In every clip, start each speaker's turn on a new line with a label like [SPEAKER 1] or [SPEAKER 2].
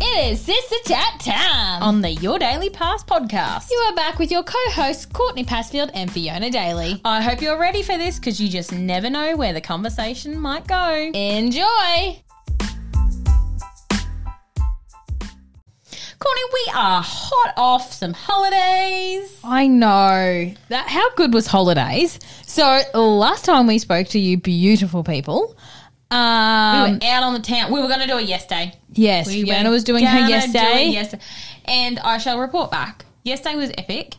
[SPEAKER 1] Yes, it's the chat time
[SPEAKER 2] on the Your Daily Pass podcast.
[SPEAKER 1] You are back with your co-hosts Courtney Passfield and Fiona Daly.
[SPEAKER 2] I hope you're ready for this because you just never know where the conversation might go.
[SPEAKER 1] Enjoy.
[SPEAKER 2] Courtney, we are hot off some holidays.
[SPEAKER 1] I know that. How good was holidays? So last time we spoke to you, beautiful people. Um,
[SPEAKER 2] we were out on the town. We were going to do it yesterday.
[SPEAKER 1] yes,
[SPEAKER 2] We
[SPEAKER 1] Fiona
[SPEAKER 2] were
[SPEAKER 1] was doing her
[SPEAKER 2] gonna do it
[SPEAKER 1] yesterday.
[SPEAKER 2] yesterday. And I shall report back. Yesterday was epic.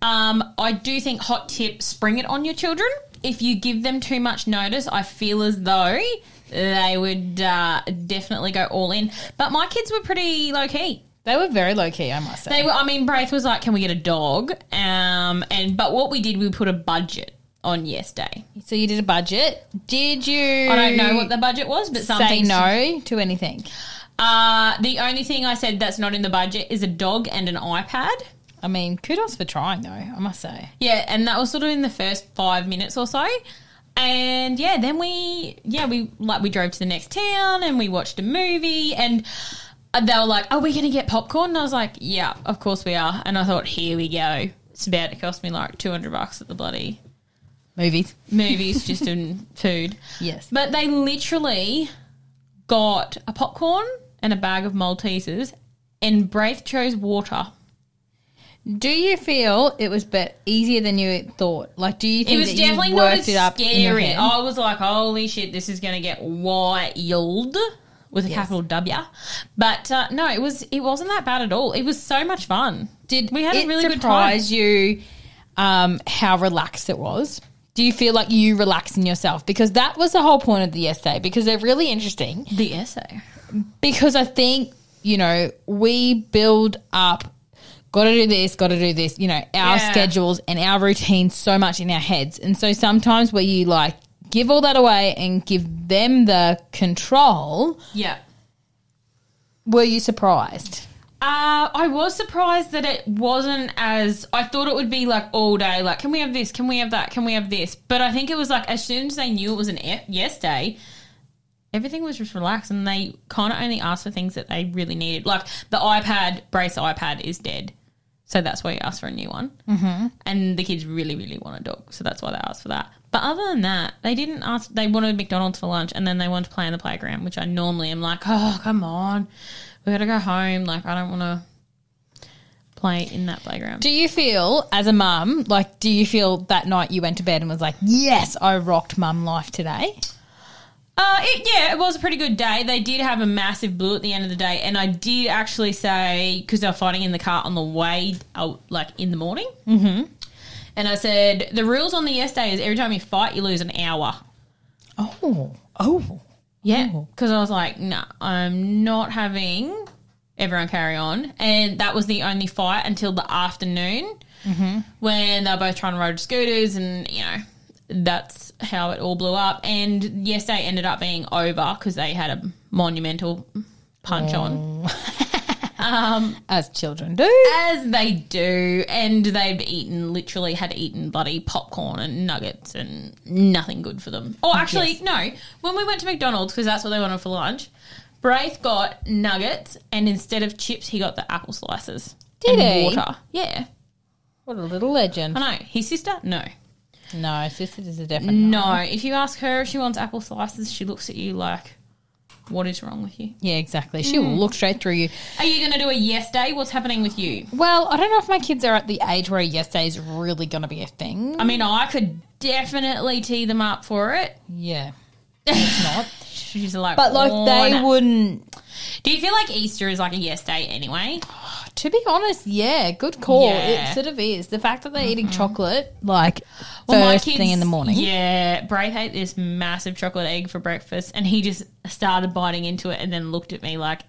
[SPEAKER 2] Um, I do think hot tip: spring it on your children. If you give them too much notice, I feel as though they would uh, definitely go all in. But my kids were pretty low key.
[SPEAKER 1] They were very low key, I must say.
[SPEAKER 2] They were. I mean, Braith was like, "Can we get a dog?" Um, and but what we did, we put a budget on yesterday.
[SPEAKER 1] so you did a budget. Did you?
[SPEAKER 2] I don't know what the budget was, but
[SPEAKER 1] say
[SPEAKER 2] something.
[SPEAKER 1] no to anything.
[SPEAKER 2] Uh, the only thing I said that's not in the budget is a dog and an iPad.
[SPEAKER 1] I mean, kudos for trying though. I must say.
[SPEAKER 2] Yeah, and that was sort of in the first five minutes or so. And yeah, then we yeah we like we drove to the next town and we watched a movie and they were like, "Are we going to get popcorn?" And I was like, "Yeah, of course we are." And I thought, "Here we go." It's about to cost me like two hundred bucks at the bloody
[SPEAKER 1] Movies.
[SPEAKER 2] movies just in food.
[SPEAKER 1] Yes.
[SPEAKER 2] But they literally got a popcorn and a bag of Maltesers, and Braith chose water.
[SPEAKER 1] Do you feel it was bit easier than you thought? Like, do you
[SPEAKER 2] It
[SPEAKER 1] think
[SPEAKER 2] was
[SPEAKER 1] that
[SPEAKER 2] definitely
[SPEAKER 1] you
[SPEAKER 2] not
[SPEAKER 1] worked
[SPEAKER 2] as
[SPEAKER 1] it up in your
[SPEAKER 2] scary. Oh,
[SPEAKER 1] head?
[SPEAKER 2] I was like, holy shit, this is going to get wild with a capital W. But uh, no, it was it wasn't that bad at all. It was so much fun.
[SPEAKER 1] Did
[SPEAKER 2] We had a
[SPEAKER 1] it
[SPEAKER 2] really good
[SPEAKER 1] surprise you um, how relaxed it was? Do you feel like you relaxed in yourself? Because that was the whole point of the yesterday. Because they're really interesting.
[SPEAKER 2] The essay.
[SPEAKER 1] Because I think you know we build up. Got to do this. Got to do this. You know our
[SPEAKER 2] Yeah.
[SPEAKER 1] schedules and our routines so much in our heads, and so sometimes where you like give all that away and give them the control.
[SPEAKER 2] Yeah.
[SPEAKER 1] Were you surprised?
[SPEAKER 2] Uh, I was surprised that it wasn't as I thought it would be like all day. Like, can we have this? Can we have that? Can we have this? But I think it was like as soon as they knew it was an e- yes day, everything was just relaxed, and they kind of only asked for things that they really needed. Like the iPad brace iPad is dead, so that's why you asked for a new one. Mm-hmm. And the kids really, really want a dog, so that's why they asked for that. But other than that, they didn't ask. They wanted McDonald's for lunch, and then they wanted to play in the playground, which I normally am like, oh come on, we gotta go home. Like I don't want to play in that playground.
[SPEAKER 1] Do you feel, as a mum, like, do you feel that night you went to bed and was like, yes, I rocked mum life today?
[SPEAKER 2] Uh, it, yeah, it was a pretty good day. They did have a massive blue at the end of the day, and I did actually say because they were fighting in the car on the way, out, like in the morning. Mm-hmm. And I said the rules on the yes day is every time you fight, you lose an hour.
[SPEAKER 1] Oh, oh.
[SPEAKER 2] Yeah, because I was like, no, I'm not having everyone carry on, and that was the only fight until the afternoon when they were both trying to ride scooters, and you know that's how it all blew up. And yesterday ended up being over because they had a monumental punch on,
[SPEAKER 1] As children do.
[SPEAKER 2] as they do, and they've eaten literally had eaten bloody popcorn and nuggets and nothing good for them. Or actually, no, when we went to McDonald's because that's what they wanted for lunch. Braith got nuggets, and instead of chips, he got the apple slices.
[SPEAKER 1] Did
[SPEAKER 2] and
[SPEAKER 1] he?
[SPEAKER 2] Water, yeah.
[SPEAKER 1] What a little legend.
[SPEAKER 2] I know. His sister, no.
[SPEAKER 1] No, sister is a definite.
[SPEAKER 2] No, if you ask her if she wants apple slices, she looks at you like, "What is wrong with you?
[SPEAKER 1] Yeah, exactly. She will look straight through you.
[SPEAKER 2] Are you going to do a yes day? What's happening with you?"
[SPEAKER 1] Well, I don't know if my kids are at the age where yesterday is really going to be a thing.
[SPEAKER 2] I mean, I could definitely tee them up for it.
[SPEAKER 1] Yeah. It's not.
[SPEAKER 2] She's like,
[SPEAKER 1] But like, they
[SPEAKER 2] "Oh, no."
[SPEAKER 1] wouldn't.
[SPEAKER 2] Do you feel like Easter is like a yes day anyway?
[SPEAKER 1] To be honest, yeah, good call.
[SPEAKER 2] Yeah.
[SPEAKER 1] It sort of is. The fact that they're eating chocolate, like,
[SPEAKER 2] Well, my
[SPEAKER 1] first thing
[SPEAKER 2] kids-
[SPEAKER 1] in the morning.
[SPEAKER 2] Yeah, Braith ate this massive chocolate egg for breakfast, and he just started biting into it, and then looked at me like,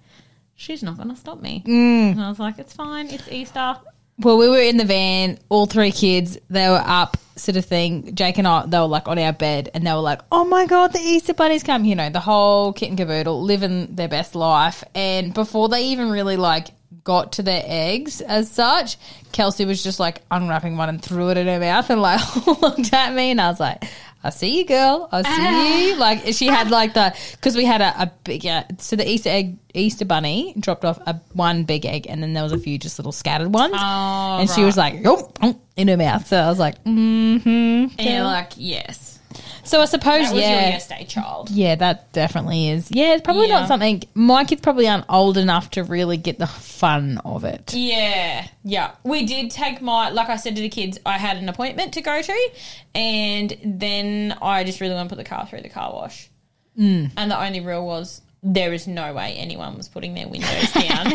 [SPEAKER 2] "She's not going to stop me."
[SPEAKER 1] Mm.
[SPEAKER 2] And I was like, "It's fine. It's Easter."
[SPEAKER 1] Well, we were in the van, all three kids, they were up, sort of thing. Jake and I, they were like on our bed and they were like, oh my God, the Easter Bunny's come. You know, the whole kit and caboodle, living their best life. And before they even really like got to their eggs as such, Kelsey was just like unwrapping one and threw it in her mouth and like looked at me. And I was like, I see you, girl. I see you. Like she had like the because we had a, a big yeah. So the Easter egg, Easter bunny dropped off a one big egg, and then there was a few just little scattered ones.
[SPEAKER 2] Oh,
[SPEAKER 1] and she was like, "Yomp, yomp," in her mouth. So I was like, mm-hmm.
[SPEAKER 2] And you're like, yes.
[SPEAKER 1] So I suppose
[SPEAKER 2] That was your
[SPEAKER 1] yeah,
[SPEAKER 2] yesterday child.
[SPEAKER 1] yeah, that definitely is. Yeah, it's probably
[SPEAKER 2] Yeah.
[SPEAKER 1] not something. My kids probably aren't old enough to really get the fun of it.
[SPEAKER 2] Yeah, yeah. We did take my, like I said to the kids, I had an appointment to go to, and then I just really want to put the car through the car wash. Mm. And the only rule was there is no way anyone was putting their windows down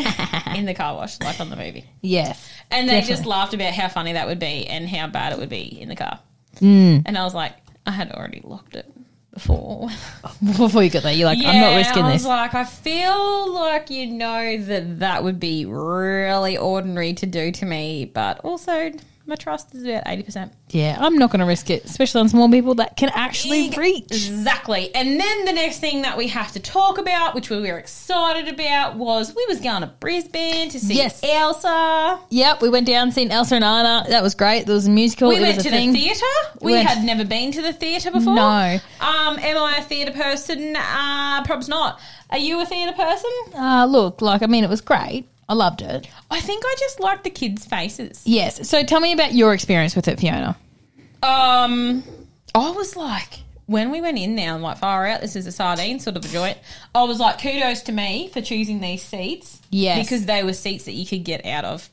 [SPEAKER 2] in the car wash, like on the movie.
[SPEAKER 1] Yes.
[SPEAKER 2] And they just laughed about how funny that would be and how bad it would be in the car. And I was like, I had already locked it before.
[SPEAKER 1] Before you got there, you're like, I'm not risking
[SPEAKER 2] I was
[SPEAKER 1] this.
[SPEAKER 2] like, I feel like you know that that would be really ordinary to do to me, but also my trust is about eighty percent.
[SPEAKER 1] yeah, I'm not going to risk it, especially on small people that can actually reach.
[SPEAKER 2] Exactly. And then the next thing that we have to talk about, which we were excited about, was we was going to Brisbane to see
[SPEAKER 1] Yes.
[SPEAKER 2] Elsa.
[SPEAKER 1] Yep, we went down, seen Elsa and Anna. That was great. There was a musical.
[SPEAKER 2] We
[SPEAKER 1] it
[SPEAKER 2] went
[SPEAKER 1] was
[SPEAKER 2] to
[SPEAKER 1] a thing.
[SPEAKER 2] the theatre. We
[SPEAKER 1] Went-
[SPEAKER 2] had never been to the theatre before.
[SPEAKER 1] No.
[SPEAKER 2] Um, am I a theatre person? Uh, probs not. Are you a theatre person?
[SPEAKER 1] Uh, look, like, I mean, it was great. I loved it.
[SPEAKER 2] I think I just like the kids' faces.
[SPEAKER 1] Yes. So tell me about your experience with it, Fiona.
[SPEAKER 2] Um, I was like, when we went in now, I'm like, far out, this is a sardine sort of a joint. I was like, kudos to me for choosing these seats.
[SPEAKER 1] Yes.
[SPEAKER 2] Because they were seats that you could get out of.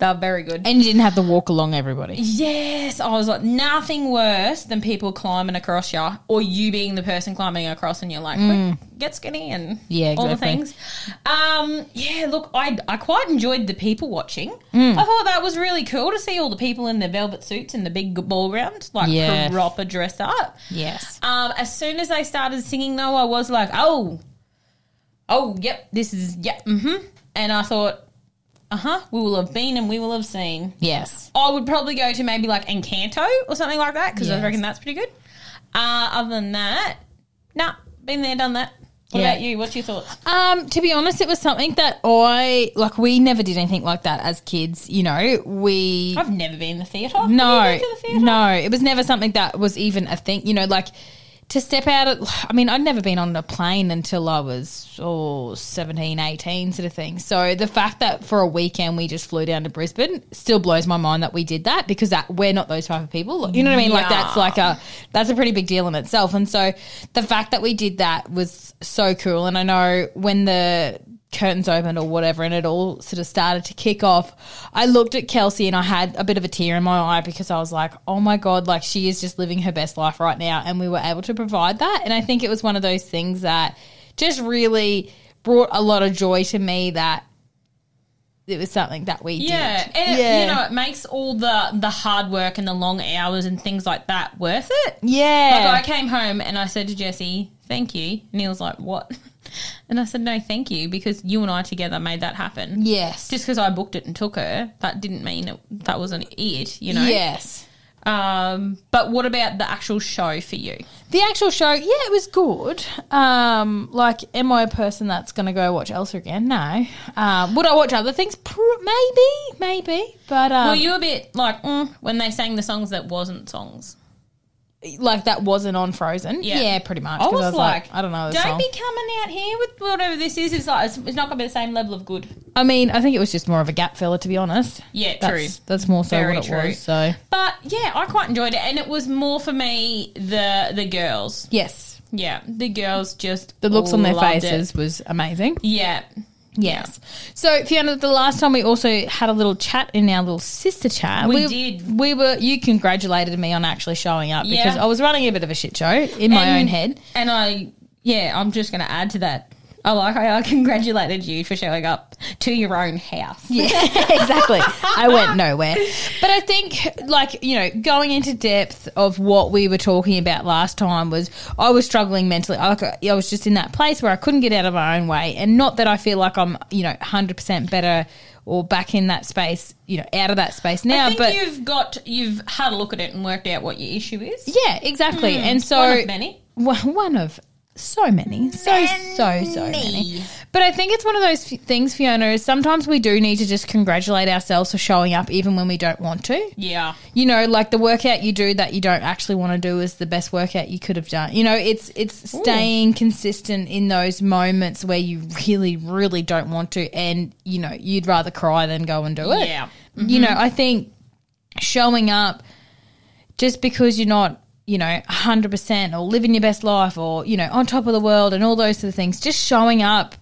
[SPEAKER 2] They're very good.
[SPEAKER 1] And you didn't have to walk along everybody.
[SPEAKER 2] yes, I was like, nothing worse than people climbing across you or you being the person climbing across and you're like, quick, get skinny and
[SPEAKER 1] Mm. Yeah,
[SPEAKER 2] all the
[SPEAKER 1] exactly.
[SPEAKER 2] things. Um, yeah, look, I, I quite enjoyed the people watching.
[SPEAKER 1] Mm.
[SPEAKER 2] I thought that was really cool to see all the people in their velvet suits and the big ball ground, like
[SPEAKER 1] Yeah.
[SPEAKER 2] proper dressed up.
[SPEAKER 1] Yes.
[SPEAKER 2] Um, as soon as they started singing, though, I was like, oh, oh, yep, this is, yep, mm hmm. And I thought, uh huh, we will have been and we will have seen.
[SPEAKER 1] Yes.
[SPEAKER 2] I would probably go to maybe like Encanto or something like that because
[SPEAKER 1] Yes.
[SPEAKER 2] I reckon that's pretty good. Uh, other than that, nah, been there, done that. What
[SPEAKER 1] Yeah.
[SPEAKER 2] about you? What's your thoughts?
[SPEAKER 1] Um, to be honest, it was something that I like. We never did anything like that as kids. You know, we
[SPEAKER 2] I've never been in the theatre. Have
[SPEAKER 1] no,
[SPEAKER 2] you been to the theatre?
[SPEAKER 1] no. It was never something that was even a thing. You know, like to step out. Of, I mean, I'd never been on a plane until I was oh, 17, 18 sort of thing. So the fact that for a weekend we just flew down to Brisbane still blows my mind that we did that because that we're not those type of people. You know what I mean? Like
[SPEAKER 2] Yeah.
[SPEAKER 1] that's like like a that's a pretty big deal in itself. And so the fact that we did that was so cool. And I know when the curtains opened or whatever and it all sort of started to kick off, I looked at Kelsey and I had a bit of a tear in my eye because I was like, Oh my God, like she is just living her best life right now and we were able to provide that. And I think it was one of those things that just really brought a lot of joy to me that it was something that we
[SPEAKER 2] Yeah,
[SPEAKER 1] did.
[SPEAKER 2] and It, you know, it makes all the the hard work and the long hours and things like that worth it.
[SPEAKER 1] yeah.
[SPEAKER 2] Like I came home and I said to Jesse, "Thank you." And he was like, "What?" And I said, "No, thank you," because you and I together made that happen.
[SPEAKER 1] yes.
[SPEAKER 2] Just because I booked it and took her, that didn't mean it, that wasn't it. You know.
[SPEAKER 1] Yes.
[SPEAKER 2] Um, but what about the actual show for you?
[SPEAKER 1] The actual show, yeah, it was good. Um, like, am I a person that's going to go watch Elsa again? No. Um, would I watch other things? Pr- maybe, maybe. But um,
[SPEAKER 2] Were you a bit like mm, when they sang the songs that wasn't songs?
[SPEAKER 1] like that wasn't on Frozen.
[SPEAKER 2] Yeah.
[SPEAKER 1] Yeah, pretty much.
[SPEAKER 2] I
[SPEAKER 1] 'cause
[SPEAKER 2] was, like,
[SPEAKER 1] I don't know. This
[SPEAKER 2] Don't
[SPEAKER 1] song.
[SPEAKER 2] be coming out here with whatever this is. It's like it's, it's not going to be the same level of good.
[SPEAKER 1] I mean, I think it was just more of a gap filler, to be honest.
[SPEAKER 2] Yeah,
[SPEAKER 1] That's, that's more so
[SPEAKER 2] Very
[SPEAKER 1] what it
[SPEAKER 2] true.
[SPEAKER 1] was. So
[SPEAKER 2] But yeah, I quite enjoyed it, and it was more for me the the girls.
[SPEAKER 1] yes,
[SPEAKER 2] Yeah, the girls just
[SPEAKER 1] the looks on their
[SPEAKER 2] loved it.
[SPEAKER 1] faces was amazing.
[SPEAKER 2] Yeah,
[SPEAKER 1] Yes. So Fiona, the last time we also had a little chat in our little sister chat.
[SPEAKER 2] We did.
[SPEAKER 1] We were you congratulated me on actually showing up
[SPEAKER 2] Yeah.
[SPEAKER 1] because I was running a bit of a shit show in my
[SPEAKER 2] And-
[SPEAKER 1] own head.
[SPEAKER 2] and I yeah, I'm just going to add to that. I like I, I congratulated you for showing up to your own house.
[SPEAKER 1] Yeah, exactly. I went nowhere. But I think, like, you know, going into depth of what we were talking about last time was I was struggling mentally. I, I was just in that place where I couldn't get out of my own way. And not that I feel like I'm, you know, 100% better or back in that space, you know, out of that space now.
[SPEAKER 2] I think
[SPEAKER 1] but
[SPEAKER 2] you've got you've had a look at it and worked out what your issue is.
[SPEAKER 1] Yeah, exactly. and so
[SPEAKER 2] One of many.
[SPEAKER 1] One- one of so many, so so so many. But I think it's one of those f- things, Fiona, is sometimes we do need to just congratulate ourselves for showing up even when we don't want to.
[SPEAKER 2] Yeah.
[SPEAKER 1] You know, like the workout you do that you don't actually want to do is the best workout you could have done. You know, it's it's staying consistent in those moments where you really, really don't want to and, you know, you'd rather cry than go and do it.
[SPEAKER 2] Yeah.
[SPEAKER 1] You know, I think showing up just because you're not, you know, 100% or living your best life or, you know, on top of the world and all those sort of things, just showing up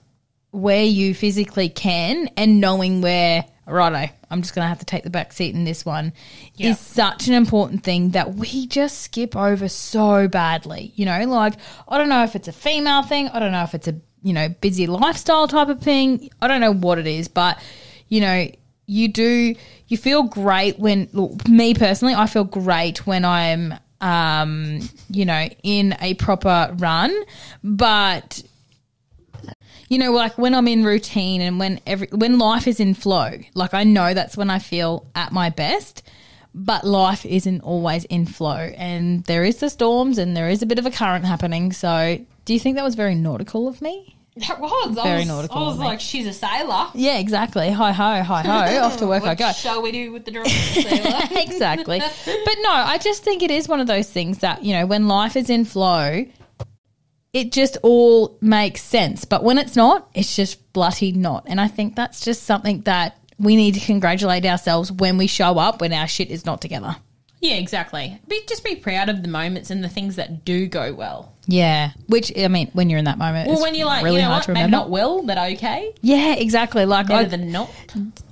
[SPEAKER 1] where you physically can and knowing where, righto, I'm just going to have to take the back seat in this one
[SPEAKER 2] Yeah.
[SPEAKER 1] is such an important thing that we just skip over so badly. You know, like, I don't know if it's a female thing, I don't know if it's a, you know, busy lifestyle type of thing, I don't know what it is, but, you know, you do, you feel great when, look, me personally, I feel great when I'm, um, you know, in a proper run, but you know like when i'm in routine and when every when life is in flow like i know that's when i feel at my best but life isn't always in flow and there is the storms and there is a bit of a current happening so do you think that was very nautical of me
[SPEAKER 2] That was. I
[SPEAKER 1] Very
[SPEAKER 2] was,
[SPEAKER 1] nautical
[SPEAKER 2] I was
[SPEAKER 1] of me.
[SPEAKER 2] like, she's a sailor.
[SPEAKER 1] yeah exactly hi ho hi ho off to work i
[SPEAKER 2] What
[SPEAKER 1] go
[SPEAKER 2] shall we do with the drunk sailor?
[SPEAKER 1] exactly. But no, I just think it is one of those things that, you know, when life is in flow, it just all makes sense. But when it's not, it's just bloody not. And I think that's just something that we need to congratulate ourselves when we show up when our shit is not together.
[SPEAKER 2] yeah, exactly. Be, just be proud of the moments and the things that do go well.
[SPEAKER 1] Yeah. Which, I mean, when you're in that moment,
[SPEAKER 2] Well,
[SPEAKER 1] it's
[SPEAKER 2] when you're like,
[SPEAKER 1] really
[SPEAKER 2] you know
[SPEAKER 1] hard
[SPEAKER 2] what,
[SPEAKER 1] to
[SPEAKER 2] maybe
[SPEAKER 1] remember.
[SPEAKER 2] not well, but okay.
[SPEAKER 1] yeah, exactly. Like,
[SPEAKER 2] Better
[SPEAKER 1] I,
[SPEAKER 2] than not.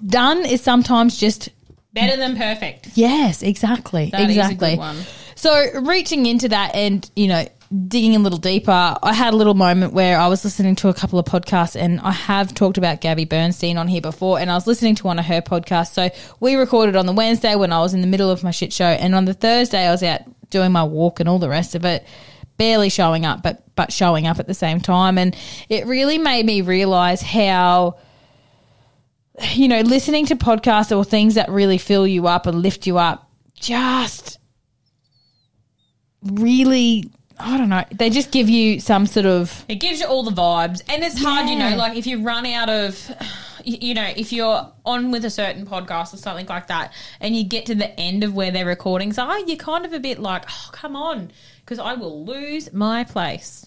[SPEAKER 1] done is sometimes just
[SPEAKER 2] Better than perfect.
[SPEAKER 1] Yes, exactly.
[SPEAKER 2] That is a good
[SPEAKER 1] exactly.
[SPEAKER 2] one.
[SPEAKER 1] So reaching into that and, you know, digging a little deeper, I had a little moment where I was listening to a couple of podcasts and I have talked about Gabby Bernstein on here before and I was listening to one of her podcasts. So we recorded on the Wednesday when I was in the middle of my shit show and on the Thursday I was out doing my walk and all the rest of it. Barely showing up, but but showing up at the same time, and it really made me realize how you know, listening to podcasts or things that really fill you up and lift you up just really, I don't know, they just give you some sort of.
[SPEAKER 2] It gives you all the vibes, and it's hard, you
[SPEAKER 1] Yeah.
[SPEAKER 2] know. Like if you run out of, you you know, if you're on with a certain podcast or something like that, and you get to the end of where their recordings are, you're kind of a bit like, oh, come on, because I will lose my place.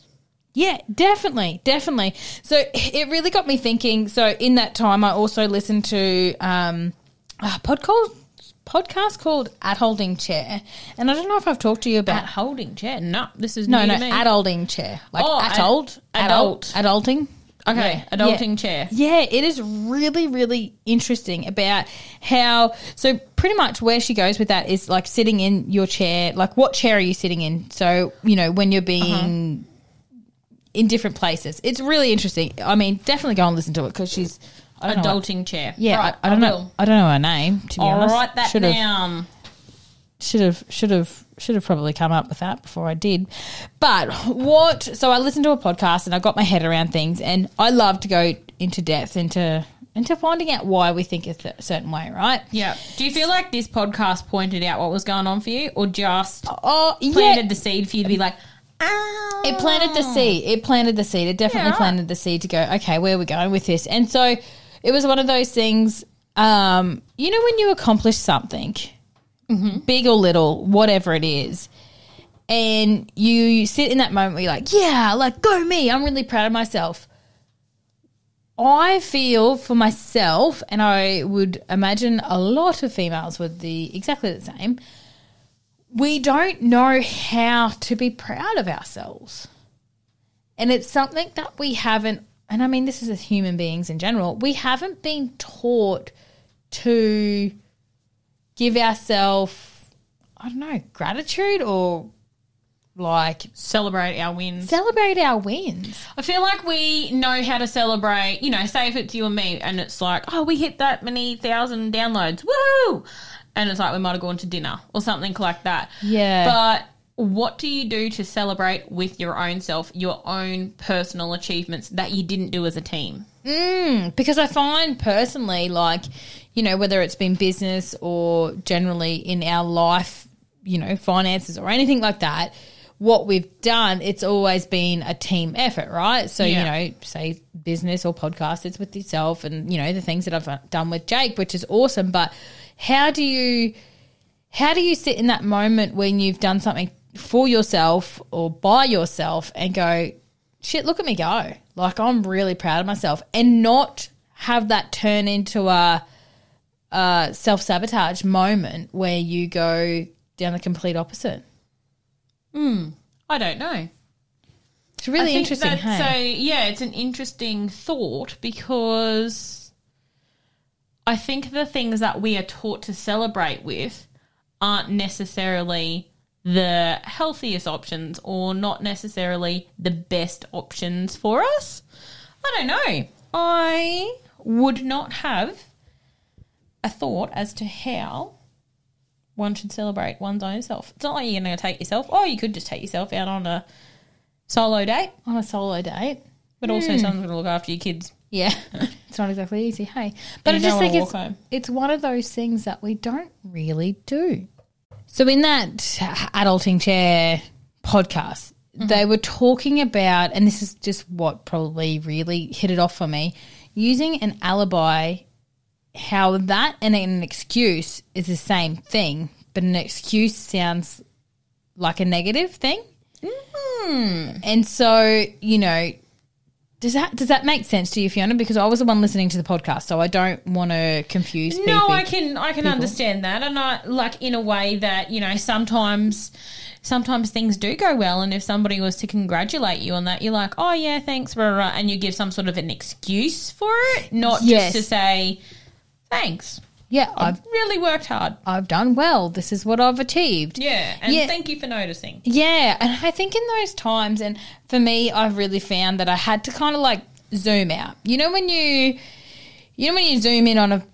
[SPEAKER 1] Yeah, definitely, definitely. So it really got me thinking. So in that time, I also listened to um, a podcast, podcast called At Holding Chair. And I don't know if I've talked to you about
[SPEAKER 2] At holding chair, no, this is
[SPEAKER 1] No,
[SPEAKER 2] new
[SPEAKER 1] no,
[SPEAKER 2] to me.
[SPEAKER 1] adulting chair. Like
[SPEAKER 2] Oh, ad-
[SPEAKER 1] adult, adult, adulting.
[SPEAKER 2] Okay,
[SPEAKER 1] Yeah.
[SPEAKER 2] adulting
[SPEAKER 1] Yeah.
[SPEAKER 2] chair.
[SPEAKER 1] Yeah, it is really, really interesting about how. So, pretty much where she goes with that is like sitting in your chair. Like, what chair are you sitting in? So, you know, when you're being
[SPEAKER 2] Uh-huh.
[SPEAKER 1] in different places, it's really interesting. I mean, definitely go and listen to it because she's I don't know what-
[SPEAKER 2] Adulting chair.
[SPEAKER 1] yeah,
[SPEAKER 2] Right,
[SPEAKER 1] I, I don't know.
[SPEAKER 2] will.
[SPEAKER 1] I don't know her name. To be
[SPEAKER 2] I'll
[SPEAKER 1] honest,
[SPEAKER 2] write that
[SPEAKER 1] Should've-
[SPEAKER 2] down.
[SPEAKER 1] should have should have should have probably come up with that before I did. But what so I listened to a podcast and I got my head around things and I love to go into depth into into finding out why we think a th- certain way, right?
[SPEAKER 2] Yeah. Do you feel like this podcast pointed out what was going on for you, or just
[SPEAKER 1] Oh,
[SPEAKER 2] planted
[SPEAKER 1] yeah.
[SPEAKER 2] the seed for you to be like, oh,
[SPEAKER 1] It planted the seed. It planted the seed. It definitely
[SPEAKER 2] Yeah.
[SPEAKER 1] planted the seed to go, okay, where are we going with this? And so it was one of those things, um, you know, when you accomplish something, big or little, whatever it is, and you sit in that moment where you're like, yeah, like, go me. I'm really proud of myself. I feel for myself, and I would imagine a lot of females would the exactly the same. We don't know how to be proud of ourselves. And it's something that we haven't, and I mean, this is as human beings in general, we haven't been taught to give ourselves, I don't know, gratitude or like
[SPEAKER 2] celebrate our wins.
[SPEAKER 1] celebrate our wins.
[SPEAKER 2] I feel like we know how to celebrate, you know, say if it's you and me and it's like, oh, we hit that many thousand downloads, woohoo! And it's like we might have gone to dinner or something like that.
[SPEAKER 1] Yeah.
[SPEAKER 2] But what do you do to celebrate with your own self, your own personal achievements that you didn't do as a team?
[SPEAKER 1] Hmm, because I find personally, like, you know, whether it's been business or generally in our life, you know, finances or anything like that, what we've done, it's always been a team effort, right? So,
[SPEAKER 2] Yeah.
[SPEAKER 1] you know, say business or podcast, it's with yourself and, you know, the things that I've done with Jake, which is awesome. But how do you, how do you sit in that moment when you've done something for yourself or by yourself and go, shit, look at me go. Like, I'm really proud of myself and not have that turn into a, a self sabotage moment where you go down the complete opposite.
[SPEAKER 2] I don't know.
[SPEAKER 1] It's really
[SPEAKER 2] I think
[SPEAKER 1] interesting.
[SPEAKER 2] that-
[SPEAKER 1] hey?
[SPEAKER 2] So yeah, it's an interesting thought because I think the things that we are taught to celebrate with aren't necessarily the healthiest options or not necessarily the best options for us. I don't know. I would not have a thought as to how one should celebrate one's own self. It's not like you're going to take yourself. Oh, you could just take yourself out on a solo date
[SPEAKER 1] on a solo date.
[SPEAKER 2] but also someone's going to look after your kids.
[SPEAKER 1] Yeah, it's not exactly easy. Hey, but I
[SPEAKER 2] You
[SPEAKER 1] just
[SPEAKER 2] don't
[SPEAKER 1] think
[SPEAKER 2] wanna
[SPEAKER 1] it's
[SPEAKER 2] walk home.
[SPEAKER 1] it's one of those things that we don't really do. So in that adulting chair podcast, they were talking about, and this is just what probably really hit it off for me, using an alibi. How that and an excuse is the same thing, but an excuse sounds like a negative thing.
[SPEAKER 2] Hmm.
[SPEAKER 1] And so, you know, does that does that make sense to you, Fiona? Because I was the one listening to the podcast, so I don't want to confuse people.
[SPEAKER 2] No, I can I can understand that, and I like in a way that you know sometimes sometimes things do go well, and if somebody was to congratulate you on that, you're like, oh yeah, thanks, rah, rah, and you give some sort of an excuse for it, not
[SPEAKER 1] Yes.
[SPEAKER 2] just to say thanks.
[SPEAKER 1] yeah, I've
[SPEAKER 2] I've really worked hard.
[SPEAKER 1] I've done well. This is what I've achieved.
[SPEAKER 2] Yeah, and
[SPEAKER 1] Yeah.
[SPEAKER 2] thank you for noticing.
[SPEAKER 1] Yeah, and I think in those times, and for me, I've really found that I had to kind of like zoom out. You know when you, you know when you zoom in on a,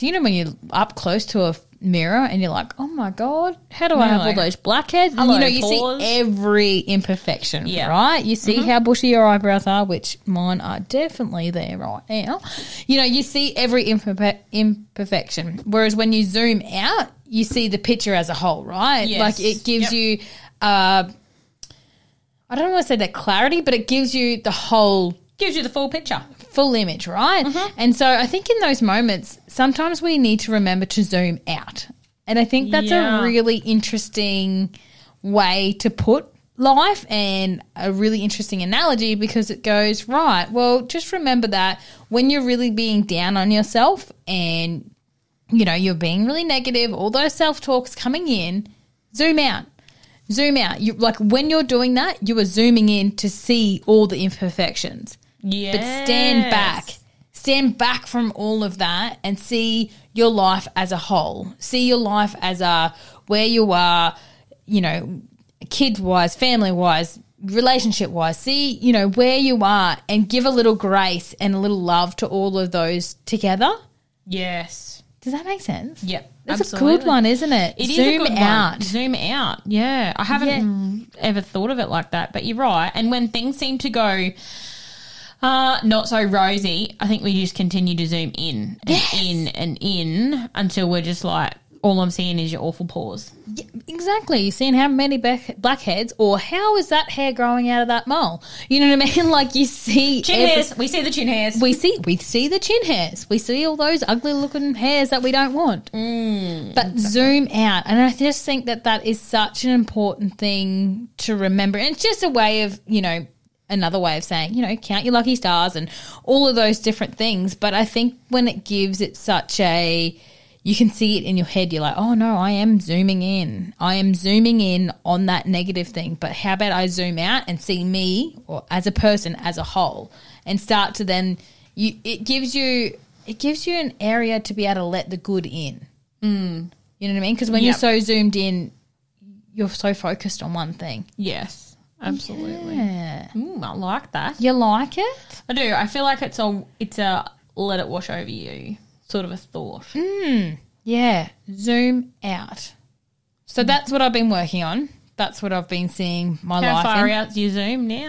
[SPEAKER 1] you know when you're up close to a mirror and you're like, oh my god, how do I have all
[SPEAKER 2] Really?
[SPEAKER 1] those blackheads? And
[SPEAKER 2] Hello,
[SPEAKER 1] you know you
[SPEAKER 2] pause.
[SPEAKER 1] see every imperfection,
[SPEAKER 2] Yeah. Mm-hmm.
[SPEAKER 1] right? You see how bushy your eyebrows are, which mine are definitely there right now. You know you see every imperfe- imperfection, whereas when you zoom out, you see the picture as a whole, right?
[SPEAKER 2] Yes.
[SPEAKER 1] Like it gives
[SPEAKER 2] Yep.
[SPEAKER 1] you. Uh, I don't want to say that clarity, but it gives you the whole
[SPEAKER 2] Gives you the full picture.
[SPEAKER 1] full image, right? And so I think in those moments, sometimes we need to remember to zoom out. And I think that's
[SPEAKER 2] Yeah.
[SPEAKER 1] a really interesting way to put life and a really interesting analogy because it goes, right, well, just remember that when you're really being down on yourself and you know, you're being really negative, all those self talks coming in, zoom out. Zoom out. You like when you're doing that, you are zooming in to see all the imperfections.
[SPEAKER 2] Yeah,
[SPEAKER 1] But stand back. Stand back from all of that and see your life as a whole. See your life as a where you are, you know, kids wise, family wise, relationship wise. See, you know, where you are and give a little grace and a little love to all of those together.
[SPEAKER 2] Yes.
[SPEAKER 1] Does that make sense?
[SPEAKER 2] Yep.
[SPEAKER 1] That's a good
[SPEAKER 2] absolutely.
[SPEAKER 1] one, isn't it?
[SPEAKER 2] It is a
[SPEAKER 1] Zoom
[SPEAKER 2] good one.
[SPEAKER 1] out.
[SPEAKER 2] Zoom out. Yeah. I haven't ever thought of it like that, but you're right. And when things seem to go uh, not so rosy, I think we just continue to zoom in and in and in until we're just like, all I'm seeing is your awful pores.
[SPEAKER 1] Yeah, exactly. You're seeing how many back, blackheads, or how is that hair growing out of that mole? You know what I mean? Like you see,
[SPEAKER 2] Chin
[SPEAKER 1] every-
[SPEAKER 2] hairs. We see the chin hairs.
[SPEAKER 1] we see we see the chin hairs. We see all those ugly looking hairs that we don't want. but zoom out, and I just think that that is such an important thing to remember. And it's just a way of you know another way of saying you know count your lucky stars and all of those different things. But I think when it gives it such a you can see it in your head. You're like, oh no, I am zooming in. I am zooming in on that negative thing. But how about I zoom out and see me or as a person as a whole and start to then you it gives you it gives you an area to be able to let the good in. Mm. You know what I mean? Because when
[SPEAKER 2] Yep.
[SPEAKER 1] you're so zoomed in, you're so focused on one thing.
[SPEAKER 2] yes. Absolutely.
[SPEAKER 1] Yeah.
[SPEAKER 2] Mm, I like that.
[SPEAKER 1] You like it?
[SPEAKER 2] I do. I feel like it's a it's a let it wash over you sort of a thought.
[SPEAKER 1] Mm. Yeah. Zoom out.
[SPEAKER 2] Hmm.
[SPEAKER 1] So that's what I've been working on. That's what I've been seeing my
[SPEAKER 2] How
[SPEAKER 1] life in.
[SPEAKER 2] far out's your zoom now?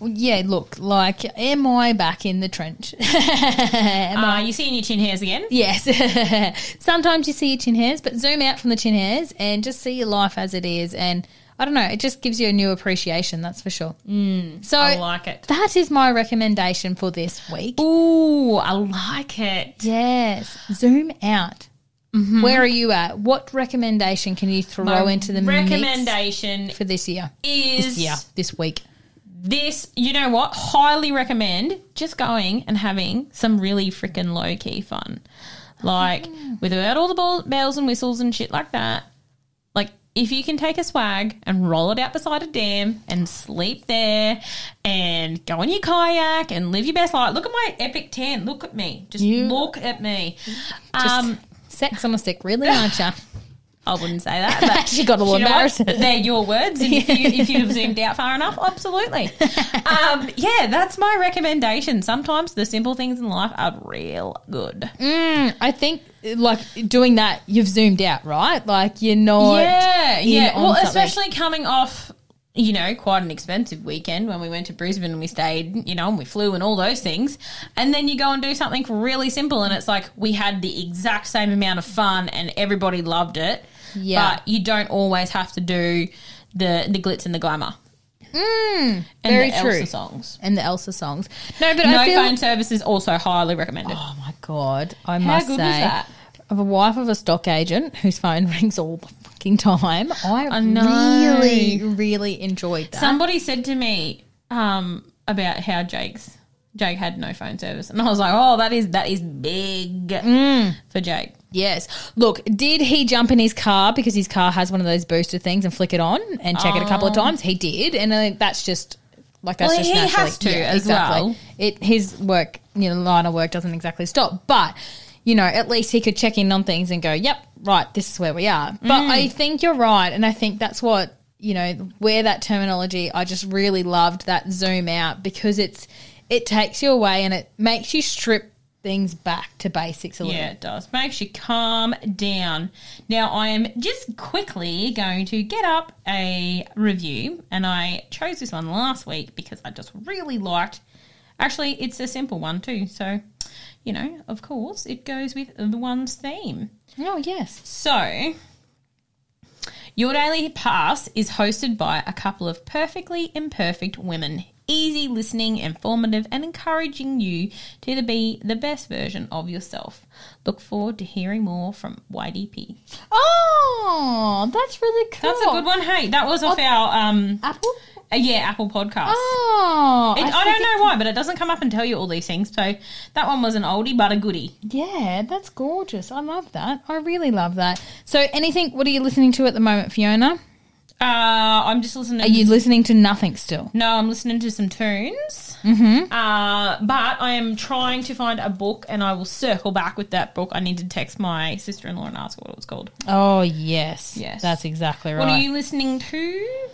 [SPEAKER 1] Well, yeah, look, like, am I back in the trench? Am I-
[SPEAKER 2] Are Uh, you seeing your chin hairs again?
[SPEAKER 1] yes. Sometimes you see your chin hairs, but zoom out from the chin hairs and just see your life as it is. And I don't know. It just gives you a new appreciation, that's for sure. so
[SPEAKER 2] Hmm. I like it.
[SPEAKER 1] that is my recommendation for this week.
[SPEAKER 2] Ooh, I like it.
[SPEAKER 1] Yes. Zoom out.
[SPEAKER 2] Mm-hmm.
[SPEAKER 1] Where are you at? What recommendation can you throw into the mix
[SPEAKER 2] recommendation
[SPEAKER 1] for this year?
[SPEAKER 2] is
[SPEAKER 1] Yeah, this week.
[SPEAKER 2] this. You know what? Highly recommend just going and having some really freaking low key fun, like
[SPEAKER 1] Mm.
[SPEAKER 2] without all the ball- bells and whistles and shit like that. Like if you can take a swag and roll it out beside a dam and sleep there, and go on your kayak and live your best life. Look at my epic tan. Look at me. Just
[SPEAKER 1] You-
[SPEAKER 2] look at me.
[SPEAKER 1] Just
[SPEAKER 2] um,
[SPEAKER 1] sex on a stick, really, aren't you?
[SPEAKER 2] I wouldn't say that, but
[SPEAKER 1] She got a little
[SPEAKER 2] You know what?
[SPEAKER 1] embarrassed.
[SPEAKER 2] They're your words. And if, you, if you've zoomed out far enough, absolutely. Um, yeah, that's my recommendation. Sometimes the simple things in life are real good.
[SPEAKER 1] I think like doing that, you've zoomed out, right? Like you're not.
[SPEAKER 2] yeah,
[SPEAKER 1] in
[SPEAKER 2] yeah.
[SPEAKER 1] on
[SPEAKER 2] Well,
[SPEAKER 1] something.
[SPEAKER 2] especially coming off, you know, quite an expensive weekend when we went to Brisbane and we stayed, you know, and we flew and all those things. And then you go and do something really simple, and it's like we had the exact same amount of fun, and everybody loved it.
[SPEAKER 1] Yeah.
[SPEAKER 2] but you don't always have to do the the glitz and the glamour. and
[SPEAKER 1] Mm. very
[SPEAKER 2] the
[SPEAKER 1] true.
[SPEAKER 2] Elsa songs.
[SPEAKER 1] And the Elsa songs. No, but
[SPEAKER 2] No
[SPEAKER 1] I feel.
[SPEAKER 2] phone service is also highly recommended.
[SPEAKER 1] Oh my god! I must
[SPEAKER 2] good
[SPEAKER 1] say,
[SPEAKER 2] was that?
[SPEAKER 1] of a wife of a stock agent whose phone rings all the fucking time, I,
[SPEAKER 2] know.
[SPEAKER 1] really, really enjoyed that.
[SPEAKER 2] Somebody said to me um, about how Jake's Jake had no phone service, and I was like, "Oh, that is that is big
[SPEAKER 1] Mm.
[SPEAKER 2] for Jake."
[SPEAKER 1] Yes. Look, did he jump in his car because his car has one of those booster things and flick it on and check it a couple of times? He did, and I think that's just like that's
[SPEAKER 2] Oh. Well,
[SPEAKER 1] just
[SPEAKER 2] he has
[SPEAKER 1] naturally.
[SPEAKER 2] to as well.
[SPEAKER 1] It his work, you know, line of work doesn't exactly stop, but you know, at least he could check in on things and go, "Yep, right, this is where we are." But
[SPEAKER 2] Mm.
[SPEAKER 1] I think you're right, and I think that's what you know where that terminology. I just really loved that zoom out because it's it takes you away and it makes you strip things back to basics a little
[SPEAKER 2] Yeah, it does. Makes you calm down. Now, I am just quickly going to get up a review, and I chose this one last week because I just really liked. Actually, it's a simple one too, so you know, of course, it goes with the one's theme.
[SPEAKER 1] Oh yes.
[SPEAKER 2] So, Your Daily Pass is hosted by a couple of perfectly imperfect women. Easy listening, informative, and encouraging you to be the best version of yourself. Look forward to hearing more from YDP.
[SPEAKER 1] Oh, that's really cool.
[SPEAKER 2] That's a good one. Hey, that was off our um,
[SPEAKER 1] Apple.
[SPEAKER 2] uh, yeah Apple podcast.
[SPEAKER 1] Oh,
[SPEAKER 2] It- I, don't know why, but it doesn't come up and tell you all these things. So that one was an oldie but a goodie.
[SPEAKER 1] Yeah, that's gorgeous. I love that. I really love that. So, anything? What are you listening to at the moment, Fiona?
[SPEAKER 2] Uh, I'm just listening.
[SPEAKER 1] Are you listening to nothing still?
[SPEAKER 2] No, I'm listening to some tunes. Mm-hmm. Uh, but I am trying to find a book, and I will circle back with that book. I need to text my sister in law and ask her what it was called.
[SPEAKER 1] Oh yes,
[SPEAKER 2] Yes.
[SPEAKER 1] That's exactly right.
[SPEAKER 2] What are you listening to?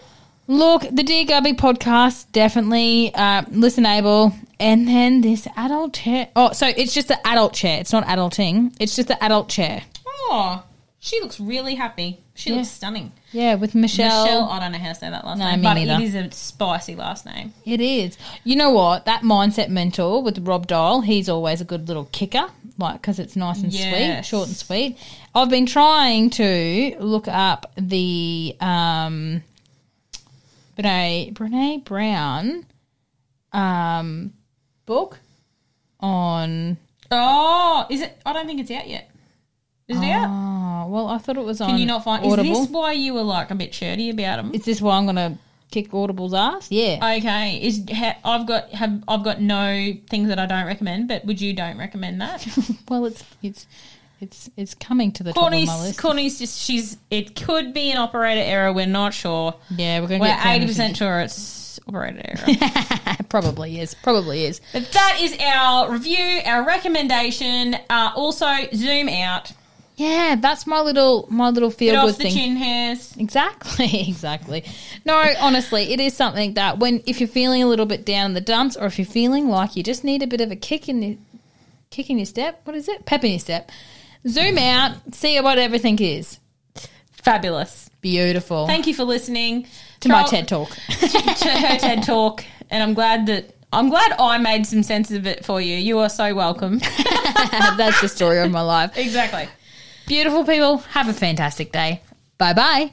[SPEAKER 1] Look, the Dear Gubby podcast definitely uh, listenable, and then this adult chair. Oh, so it's just the adult chair. It's not adulting. It's just the adult chair.
[SPEAKER 2] Oh, she looks really happy. She looks stunning.
[SPEAKER 1] Yeah, with Michelle.
[SPEAKER 2] Michelle, I don't know how to say that last
[SPEAKER 1] No,
[SPEAKER 2] name,
[SPEAKER 1] me
[SPEAKER 2] but
[SPEAKER 1] neither.
[SPEAKER 2] it is a spicy last name.
[SPEAKER 1] It is. You know what? That mindset mentor with Rob Dahl, he's always a good little kicker, like because it's nice and sweet,
[SPEAKER 2] Yes.
[SPEAKER 1] short and sweet. I've been trying to look up the um, Brene Brene Brown um, book on.
[SPEAKER 2] Oh, is it? I don't think it's out yet. Is it out?
[SPEAKER 1] Oh well, I thought it was on.
[SPEAKER 2] Can you not find?
[SPEAKER 1] Audible?
[SPEAKER 2] Is this why you were like a bit shirty about them?
[SPEAKER 1] Is this why I'm going to kick Audible's ass? Yeah.
[SPEAKER 2] Okay, is ha, I've got have I've got no things that I don't recommend, but would you don't recommend that?
[SPEAKER 1] well, it's it's it's it's coming to the top of my
[SPEAKER 2] Courtney's
[SPEAKER 1] list.
[SPEAKER 2] Courtney's just she's it could be an operator error. We're not sure.
[SPEAKER 1] Yeah, we're going to
[SPEAKER 2] We're
[SPEAKER 1] get
[SPEAKER 2] eighty
[SPEAKER 1] Fiona to-
[SPEAKER 2] percent sure it's operator error.
[SPEAKER 1] Probably is. Probably is.
[SPEAKER 2] but that is our review, our recommendation. Uh, also, zoom out,
[SPEAKER 1] Yeah, that's my little my little feel
[SPEAKER 2] get
[SPEAKER 1] good
[SPEAKER 2] off the
[SPEAKER 1] thing.
[SPEAKER 2] chin hairs.
[SPEAKER 1] Exactly, exactly. No, honestly, it is something that when if you're feeling a little bit down in the dumps, or if you're feeling like you just need a bit of a kick in the kick in your step, what is it? Pep in your step. Zoom out, see what everything is.
[SPEAKER 2] Fabulous.
[SPEAKER 1] Beautiful.
[SPEAKER 2] Thank you for listening
[SPEAKER 1] to my
[SPEAKER 2] Throw-
[SPEAKER 1] TED talk.
[SPEAKER 2] to her TED talk, and I'm glad that. I'm glad I made some sense of it for you. You are so welcome.
[SPEAKER 1] that's the story of my life.
[SPEAKER 2] exactly.
[SPEAKER 1] Beautiful people, have a fantastic day. Bye bye.